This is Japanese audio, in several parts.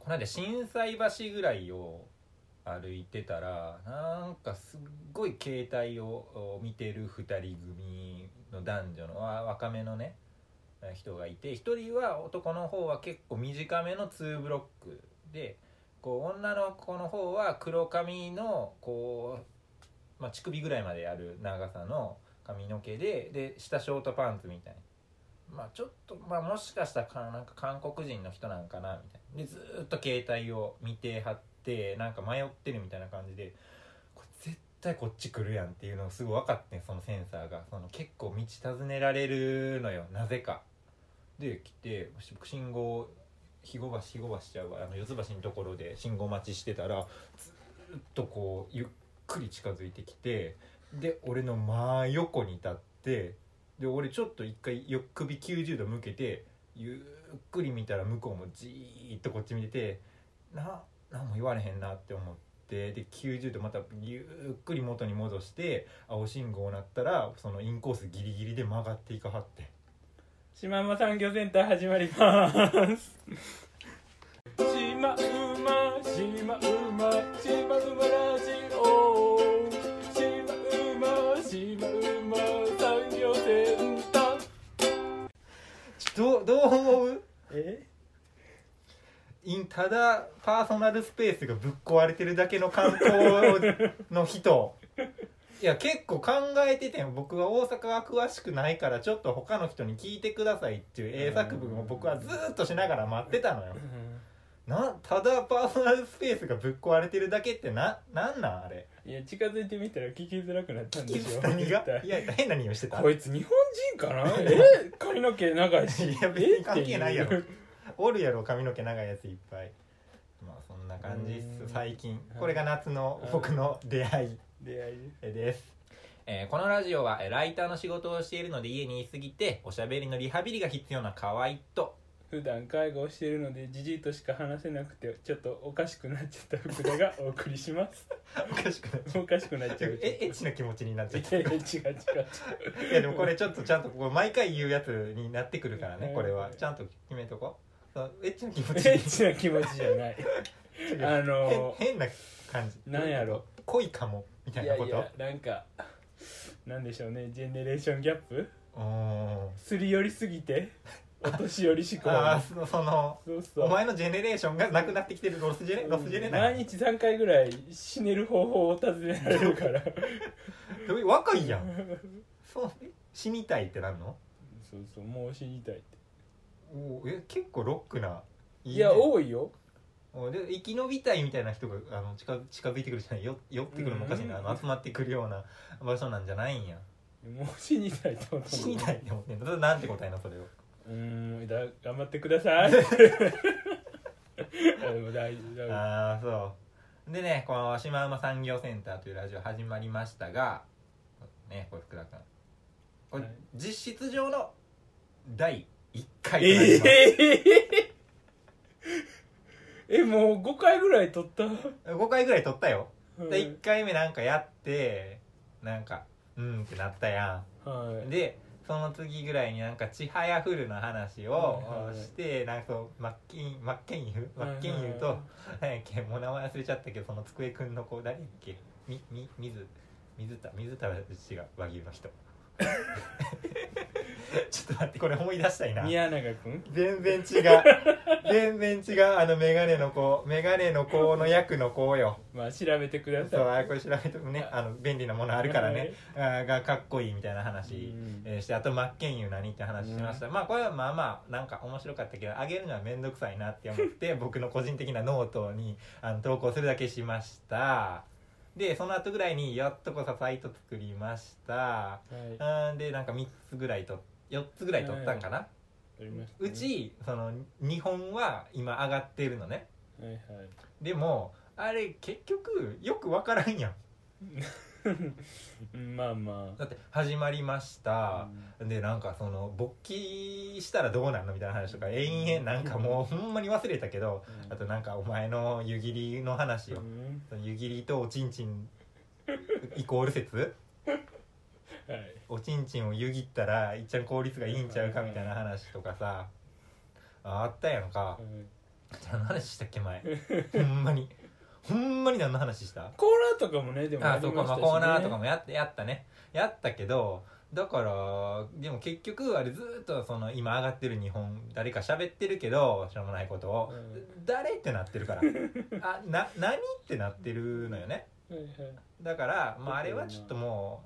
この間心斎橋ぐらいを歩いてたらなんかすっごい携帯を見てる2人組の男女のわ若めのね人がいて1人は男の方は結構短めの2ブロックでこう女の子の方は黒髪のこう、まあ、乳首ぐらいまである長さの髪の毛でで下ショートパンツみたいな。まあちょっと、まあもしかしたらかなんか韓国人の人なんかな、みたいな。で、ずーっと携帯を見てはって、なんか迷ってるみたいな感じで、これ絶対こっち来るやんっていうのをすぐ分かってん、そのセンサーが。その結構道尋ねられるのよ、なぜか。で、来て、僕信号、肥後橋、肥後橋ちゃうわ、あの四つ橋のところで信号待ちしてたら、ずーっとこう、ゆっくり近づいてきて、で、俺の真横に立って、で俺ちょっと一回よ首90度向けてゆっくり見たら向こうもじーっとこっち見ててな何も言われへんなって思ってで90度またゆっくり元に戻して青信号鳴ったらそのインコースギリギリで曲がっていかはって島間産業センター始まります島馬島馬島馬ラジオ島馬島馬産業センターどうどう思うえいただパーソナルスペースがぶっ壊れてるだけの観光の 人いや結構考えてて僕は大阪は詳しくないからちょっと他の人に聞いてくださいっていう英作文を僕はずっとしながら待ってたのよなただパーソナルスペースがぶっ壊れてるだけってななんなんあれいや近づいてみたら聞きづらくなったんでしょ何が絶対いや変な匂いしてたこいつ日本人かな え髪の毛長いしいや別にえ関係ないやってろうおるやろ髪の毛長いやついっぱいまあそんな感じっうーんす最近これが夏の僕の出会い出会いですです、えーこのラジオはえーライターの仕事をしているので家にいすぎておしゃべりのリハビリが必要な河合と普段介護をしているのでじじいとしか話せなくてちょっとおかしくなっちゃった福田がお送りします おかしくなっちゃおかしくなっちゃううえエッチな気持ちになっいちゃやっ いや違う違う違うたいやでもこれちょっとちゃんとこう毎回言うやつになってくるからねこれはちゃんと決めとこうそうエッチな気持ちエッチな気持ちじゃないにあのー変変な感じなんやろ恋かもみたいいなやこといやなんかなんでしょうねジェネレーションギャップうーんすり寄りすぎ てお年寄り思考ああそそのそうそうお前のジェネレーションがなくなってきてるロスジェネロスジェネな毎い日3回ぐらい死ねる方法を尋ねられる から若いやんそうえ死にたいってなんのそうそうもう死にたいっておーえ結構ロックないいや多いよおで生き延びたいみたいな人があの近近づいてくるじゃないよ寄ってくるのおかしいな、うんあの集まってくるような場所なんじゃないんやもう死にたいと思って死にたいって思ってんのそれなんて答えなそれをうーんだ頑張ってく ださいあでも大丈夫大丈ああそうでねこの「シマウマ産業センター」というラジオ始まりましたがねこれ福田君これ、はい実質上の第1夫回となりますえ ええもう5回ぐらい撮った、 5回ぐらい撮ったよ、うんで1回目なんかやってなんかうんってなったやはいんでその次ぐらいになんか「ちはやふる」の話はをいはいしてなんかそう真っ金真っ金融真っ金融と、何やっけもう名前忘れちゃったけどその机くんの子誰やっけみみ水水田水田は違う和牛の 人ちょっと待ってこれ思い出したいな宮永君全然違う全然違うあのメガネの子メガネの子の役の子よまあ調べてくだそうさあこれ調べてもねあの便利なものあるからねあーがかっこいいみたいな話、い、うんえーしてあと真っ健優何って話しました、まあこれはまあまあなんか面白かったけどあげるのは面倒くさいなって思って 僕の個人的なノートにあの投稿するだけしましたでその後ぐらいにやっとこさサイト作りましたはいうんでなんか3つぐらいと4つぐらい取ったんかな、撮りましたねうちその2本は今上がってるのねはいはい でもあれ結局よくわからんやんうんまあまだって始まりましあた、でなんかその勃起したらどうなんのみたいな話とか延々なんかもうほんまに忘れたけどうんあとなんかお前の湯切りの話うよん湯切りとおちんちんイコール説はいおちんちんを湯切ったらいっちゃん効率がいいんちゃうかみたいな話とかさああったやんかはい何の話したっけ前ほんまにほんまに何の話したコーナーとかもねでもありそうか、ましまたあ、しねコーナーとかもやっやったねやったけどだからでも結局あれずーっとその今上がってる日本誰か喋ってるけどしょうもないことを、うん誰ってなってるから あな何ってなってるのよねはいはいだから、まあ、あれは特になちょっとも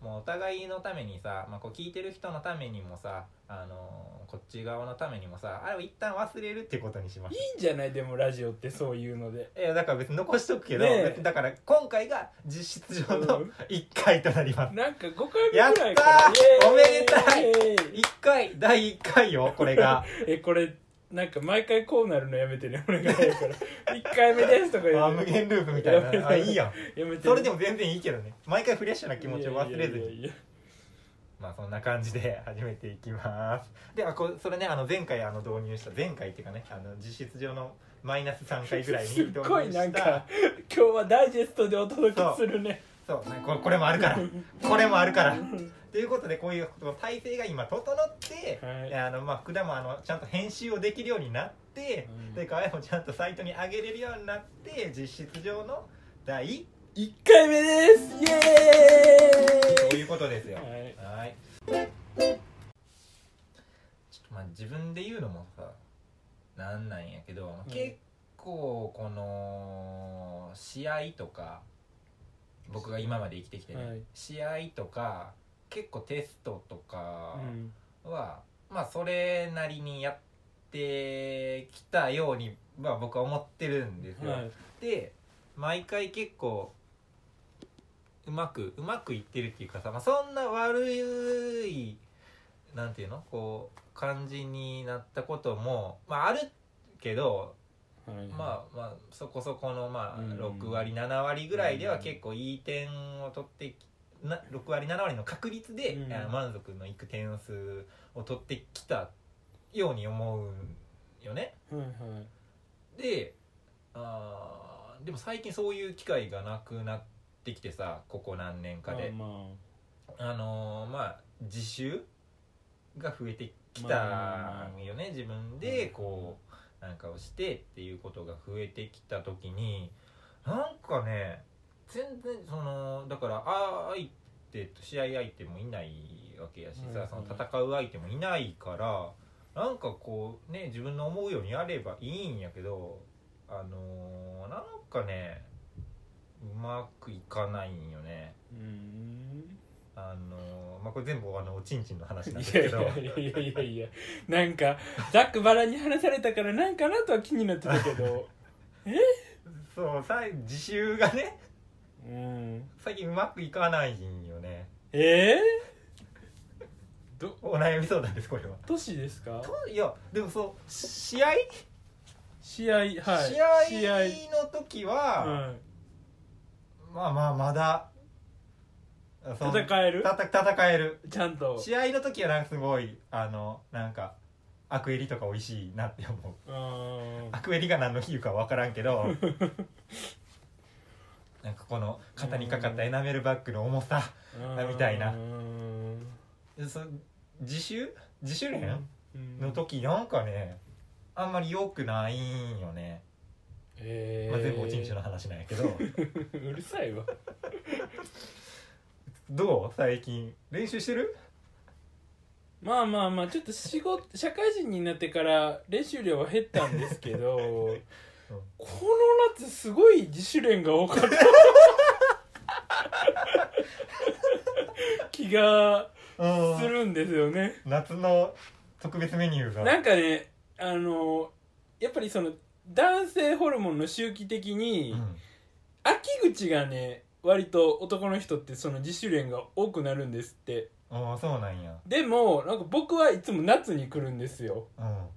うもうお互いのためにさ、まあ、こう聞いてる人のためにもさ、あのーこっち側のためにもさあれを一旦忘れるってことにしましょういいんじゃないでもラジオってそういうのでいやだから別に残しとくけど、ねえ別にだから今回が実質上うのん1回となります、なんか5回目ぐらいからやったーイエーイおめでたい1回第1回よこれ がえこれなんか毎回こうなるのやめてねお願いだから 一回目ですとかあ言無う限ループみたいなあいいやんやめてそれでもも全然いいけどね毎回フレッシュな気持ちを忘れずににまあそんな感じで始めていきますであこそれねあの前回あの導入した前回っていうかねあの実質上のマイナス3回ぐらいにすっ導入したごいなんか今日はダイジェストでお届けするねそうねここれもある からこれもあるからということでこういう体制が今整って、はいであのまあ、福田もあのちゃんと編集をできるようになって、うんで河合もちゃんとサイトに上げれるようになって実質上の第1回目ですイエとーいうことですよイはいはいちょっとまあ自分で言うのもさなんなんやけど、まあうん結構この試合とか僕が今まで生きてきてね、はい試合とか結構テストとかうんは、まあそれなりにやってきたように、まあ、僕は思ってるんですよ。はいで毎回結構うまくうまくいってるっていうかさ、まあ、そんな悪いなんていうのこう感じになったことも、まあ、あるけど、はいまあまあそこそこのまあうん6割7割ぐらいではうん結構いい点を取ってきな6割7割の確率で、うんあの満足のいく点数を取ってきたように思うよね。はいであーでも最近そういう機会がなくなってきてさここ何年かはいで、まあまあのーまあ自習が増えてきたまあまあまあよね自分でこうなんかをしてっていうことが増えてきた時になんかね全然そのだからあ相手と試合相手もいないわけやしうんうさんその戦う相手もいないからなんかこうね自分の思うようにやればいいんやけどあのーなんかねうまくいかないんよね。あうんあのまあこれ全部あのおちんちんの話いなやんですいやけどいやいやいやいやなんかざっくばらんに話されたからなんかなとは気になってたけどそうさ自習がねうん最近うまくいかないんよねえー、どお悩み相談ですこれは都市ですかといやでもそう試合、試合はい試合の時は、うん、まあまあまだその戦えるたた戦えるちゃんと試合の時はなんかすごいあのなんかアクエリとか美味しいなって思う うんアクエリが何の比喩か分からんけど なんかこの肩にかかったエナメルバッグの重さみたいなうんそ自習自主練うんの時なんかねあんまり良くないんよね、えーまあ、全部おちんちんの話なんやけど うるさいわどう最近練習してるまあまあまあちょっと仕事社会人になってから練習量は減ったんです けど、この夏すごい自主練が多かった気がうんするんですよね夏の特別メニューがなんかねあのやっぱりその男性ホルモンの周期的に、うん秋口がね割と男の人ってその自主練が多くなるんですってああそうなんやでもなんか僕はいつも夏に来るんですようん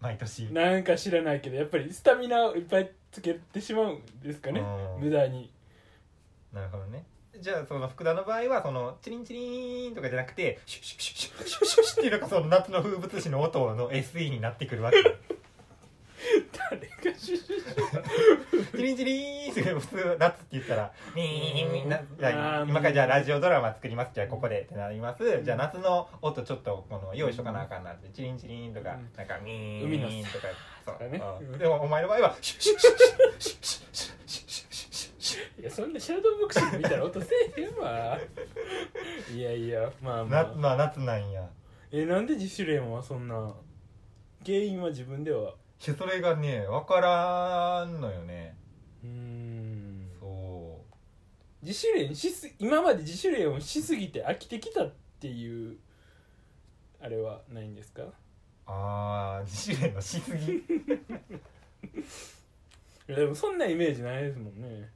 毎年なんか知らないけどやっぱりスタミナをいっぱいつけてしまうんですかねうん無駄になるほどねじゃあその福田の場合はそのチリンチリンとかじゃなくてシュッシュッシュッシュッシュッシュッシュッっていうのがその夏の風物詩の音の SE になってくるわけ誰がシュシュシュチリリンチリーンって普通ラツって言ったら「みーみーなじゃあ今からじゃあラジオドラマ作りますじゃあここで」ってなりますじゃあ夏の音ちょっとこの用意しとかなあかんなって「チリンチリーン」とかうん「なんかみー海のみーとかそうだねうんでもお前の場合は「シュッシュッシュッシュッシュッシュッシュッシュッシュッシュッシュッシュッいやそんなシャドーボクシング見たら音せえへんわいやいやまあまなあまあ夏なんやえなんで自主練はそんな原因は自分ではいやそれがね分からんのよねうーんそう自主練しす今まで自主練をしすぎて飽きてきたっていうあれはないんですかああ自主練のしすぎいやでもそんなイメージないですもんね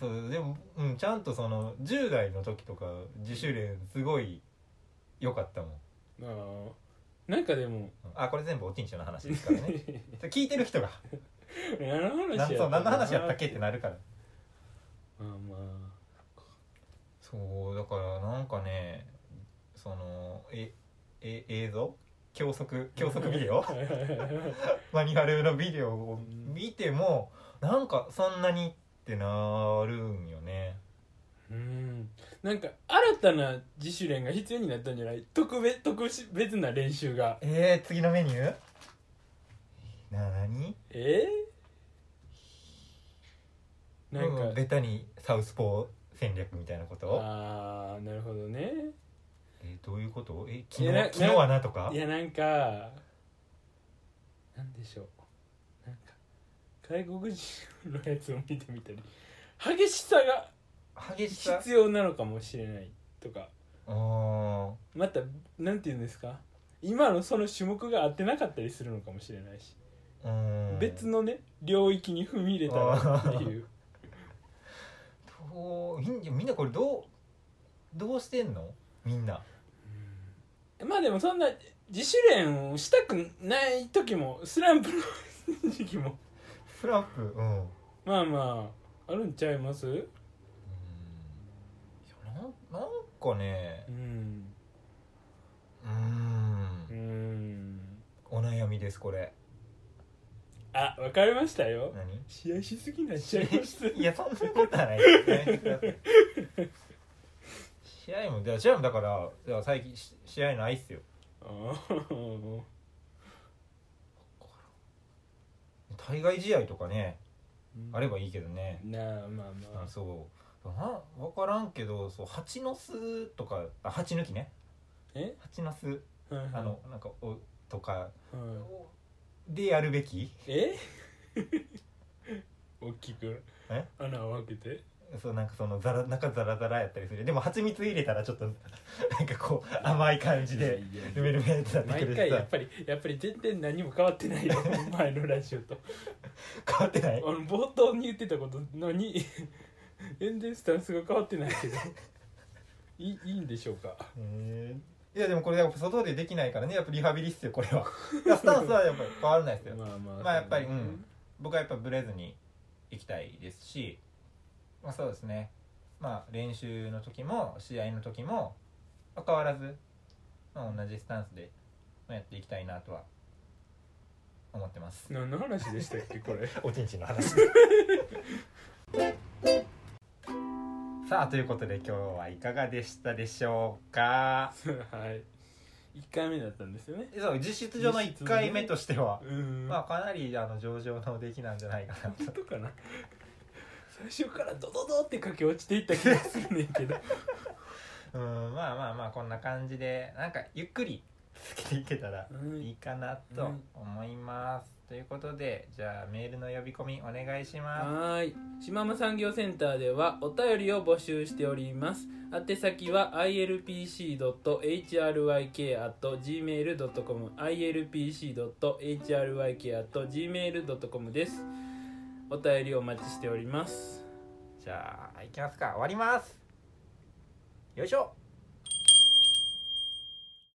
そうでも、うん、ちゃんとその10代の時とか自主練すごい良かったもんあーなんかでもあこれ全部おちんちんの話ですから ね それ聞いてる人が何の話や何そう何の話やったっけってななるからまあまあそうだからなんかねそのええ映像教則教則ビデ オマニュアルのビデオを見てもなんかそんなにってなるんよね うんなんか新たな自主練が必要になったんじゃない特別特別な練習がえー、次のメニューな何えー、なんか、うんベタにサウスポー戦略みたいなことああなるほどねえどういうことえ昨いやな日昨日はなとかいやなんかなんでしょうなんか外国人のやつを見てみたり激しさが激しさ必要なのかもしれないとかあーまたなんて言うんですか今のその種目が合ってなかったりするのかもしれないし、うん別のね領域に踏み入れたらっていうどうみんみんなこれどうどうしてんのみんなまあでもそんな自主練をしたくない時も スランプの時期もスランプうんうんまあまああるんちゃいますいやなんなんかねうんうーんうんお悩みですこれあわかりましたよ何試合しすぎなっちゃいました いやそんなことはないですね試合もだ試合もだからだから最近し試合ないっすよあー対外試合とかねあれなばいいけどね、あまあまああそうな分からんけどそう蜂の巣とかあ蜂抜きねえ蜂の巣はいはいあのなんかおとかはいでやるべきえ 大きくえ穴を開けてそうなんかそのザラ中ザラザラやったりするでも蜂蜜入れたらちょっと なんかこう甘い感じでいやいルメルやメってなって毎くるし回やさっぱりやっぱり全然何も変わってない よ前のラジオと変わってなあいの冒頭に言ってたことのに 全然スタンスが変わってないけどいいいいんでしょうかえーいやでもこれやっぱ外でできないからねやっぱリハビリっすよこれはいやスタンスはやっぱり変わらないですよまあまあまあやっぱりうん僕はやっぱブレずに行きたいですしまあそうですねまあ練習の時も試合の時もまあ変わらず、まあ、同じスタンスでまあやっていきたいなとは思ってます何の話でしたっけこれ おちんちんの話 さあということで今日はいかがでしたでしょうかはい1回目だったんですよねそう実質上の1回目としては、うんまあかなりあの上々の出来なんじゃないかなと本当かな 最初からドドドって駆け落ちていった気がするねん けどうんまあまあまあこんな感じでなんかゆっくりつけていけたらうんいいかなと思います、ということでじゃあメールの呼び込みお願いしまはーい。島間産業センターではお便りを募集しております。宛先は ilpc.hryk.gmail.com ilpc.hryk.gmail.com です。お便りお待ちしております。すじゃあいきますか終わりますよいしょ